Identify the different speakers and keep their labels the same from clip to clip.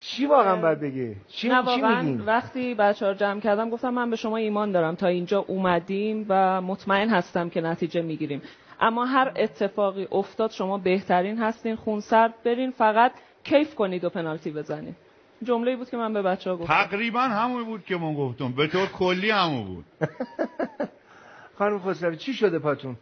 Speaker 1: چی واقعا باید بگی چی,
Speaker 2: نه
Speaker 1: چی
Speaker 2: واقعا
Speaker 1: میگین
Speaker 2: وقتی بچه ها رو جمع کردم گفتم من به شما ایمان دارم تا اینجا اومدیم و مطمئن هستم که نتیجه میگیریم اما هر اتفاقی افتاد شما بهترین هستین خونسرد برین فقط کیف کنید و پنالتی بزنید جمله بود که من به بچه ها گفتم
Speaker 3: تقریبا همون بود که من گفتم به طور کلی همون بود
Speaker 1: خانم خسروی چی شده پاتون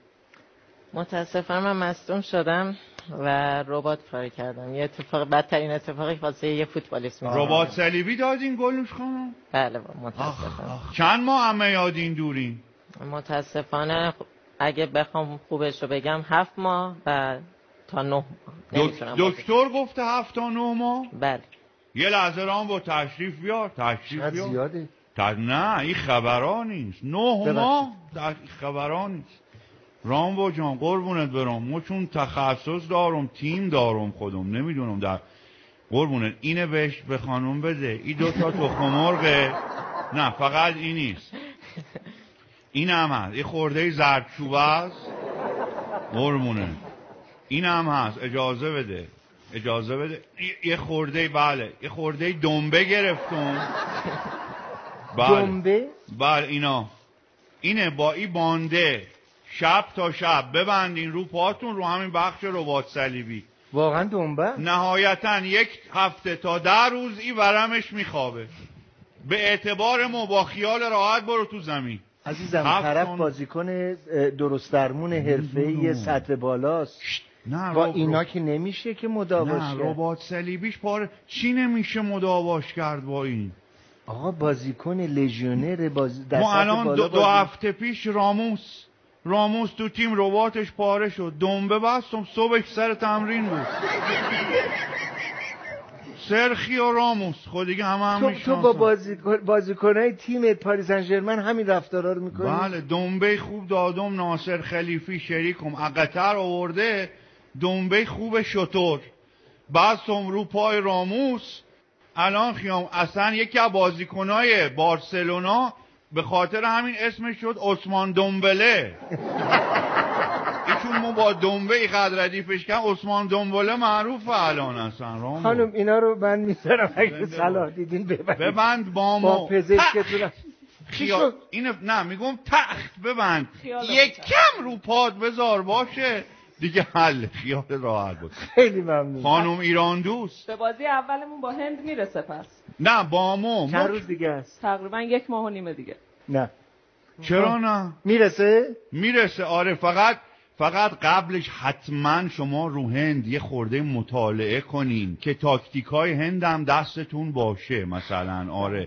Speaker 4: متاسفم من مصدوم شدم و ربات پاره کردم یه اتفاق بدترین اتفاقی که واسه یه فوتبالیست میفته
Speaker 3: ربات صلیبی دادین گلش خانم
Speaker 4: بله با- متاسفم
Speaker 3: آخ، چند ماه همه یادین دورین
Speaker 4: متاسفانه خ- اگه بخوام خوبش رو بگم هفت ماه و تا نه ماه نمیتونم بازی کنم.
Speaker 3: دکتر گفته هفت تا نه ماه
Speaker 4: بله
Speaker 3: یه لحظه رام با تشریف بیار تشریف
Speaker 1: چقدر
Speaker 3: بیار
Speaker 1: زیاده
Speaker 3: ت- نه این خبران نیست نه
Speaker 1: ببخشید.
Speaker 3: ماه در خبران نیست رامبو جان قربونت برام ما چون تخصص دارم تیم دارم خودم نمیدونم در قربونت اینه بهش به خانم بده این دو تا تخم مرغه نه فقط این نیست این هم هست یه خورده زردچوبه است قربونت این هم هست اجازه بده اجازه بده یه- یه خورده بله یه خورده دنبه گرفتم بله
Speaker 1: دنبه
Speaker 3: بله اینا اینه با این بانده شب تا شب ببندین رو پاتون رو همین بخش ربات صلیبی
Speaker 1: واقعا دنبه
Speaker 3: نهایتا یک هفته تا ده روز این ورمش میخوابه به اعتبار ما با خیال راحت برو تو زمین
Speaker 1: عزیزم
Speaker 3: هفت
Speaker 1: طرف
Speaker 3: تن.
Speaker 1: بازیکن اه، درست درمون حرفه‌ای سطح بالاست
Speaker 3: نه
Speaker 1: با
Speaker 3: رب-
Speaker 1: اینا که نمیشه که مداواش
Speaker 3: نه
Speaker 1: کرد
Speaker 3: ربات صلیبیش پاره چی نمیشه مداواش کرد با این
Speaker 1: آقا بازیکن لژیونر باز... در
Speaker 3: ما
Speaker 1: سطح
Speaker 3: الان
Speaker 1: بالا
Speaker 3: دو, دو
Speaker 1: بازی-
Speaker 3: هفته پیش راموس راموس تو تیم رباتش پاره شد دنبه بستم صبحش سر تمرین بود سرخی و راموس خود دیگه همه هم
Speaker 1: تو, تو با
Speaker 3: می‌شناسن.
Speaker 1: بازیکن بازیکنای تیم پاریس سن ژرمن همین رفتارا رو میکنی
Speaker 3: بله دنبه خوب دادم ناصر خلیفی شریکم اقتر آورده دنبه خوب شطور بستم رو پای راموس الان خیام اصلا یکی از بازیکنای بارسلونا به خاطر همین اسمش شد عثمان دنبله ایشون ما با دنبه ای قد ردیفش کردن عثمان دنبله معروف الان اصلا راموس
Speaker 1: خانم اینا رو من میذارم اگه
Speaker 3: بنده باش.
Speaker 1: صلاح دیدین ببرید
Speaker 3: ببند با
Speaker 1: با
Speaker 3: ما
Speaker 1: پزشکتون
Speaker 3: خیا...
Speaker 1: شد؟
Speaker 3: اینو نه میگم تخت ببند
Speaker 2: خیال
Speaker 3: یک کم رو پاد بذار باشه دیگه حل خیال راحت بود
Speaker 1: خیلی ممنون
Speaker 3: خانم ایران دوست
Speaker 2: به بازی اولمون با هند میرسه پس
Speaker 3: نه با ما ما
Speaker 1: چند روز دیگه است
Speaker 2: تقریبا یک ماه و نیمه دیگه
Speaker 1: نه
Speaker 3: چرا نه
Speaker 1: میرسه
Speaker 3: میرسه آره فقط فقط قبلش حتما شما رو هند یه خورده مطالعه کنین که تاکتیک های هند هم دستتون باشه مثلا آره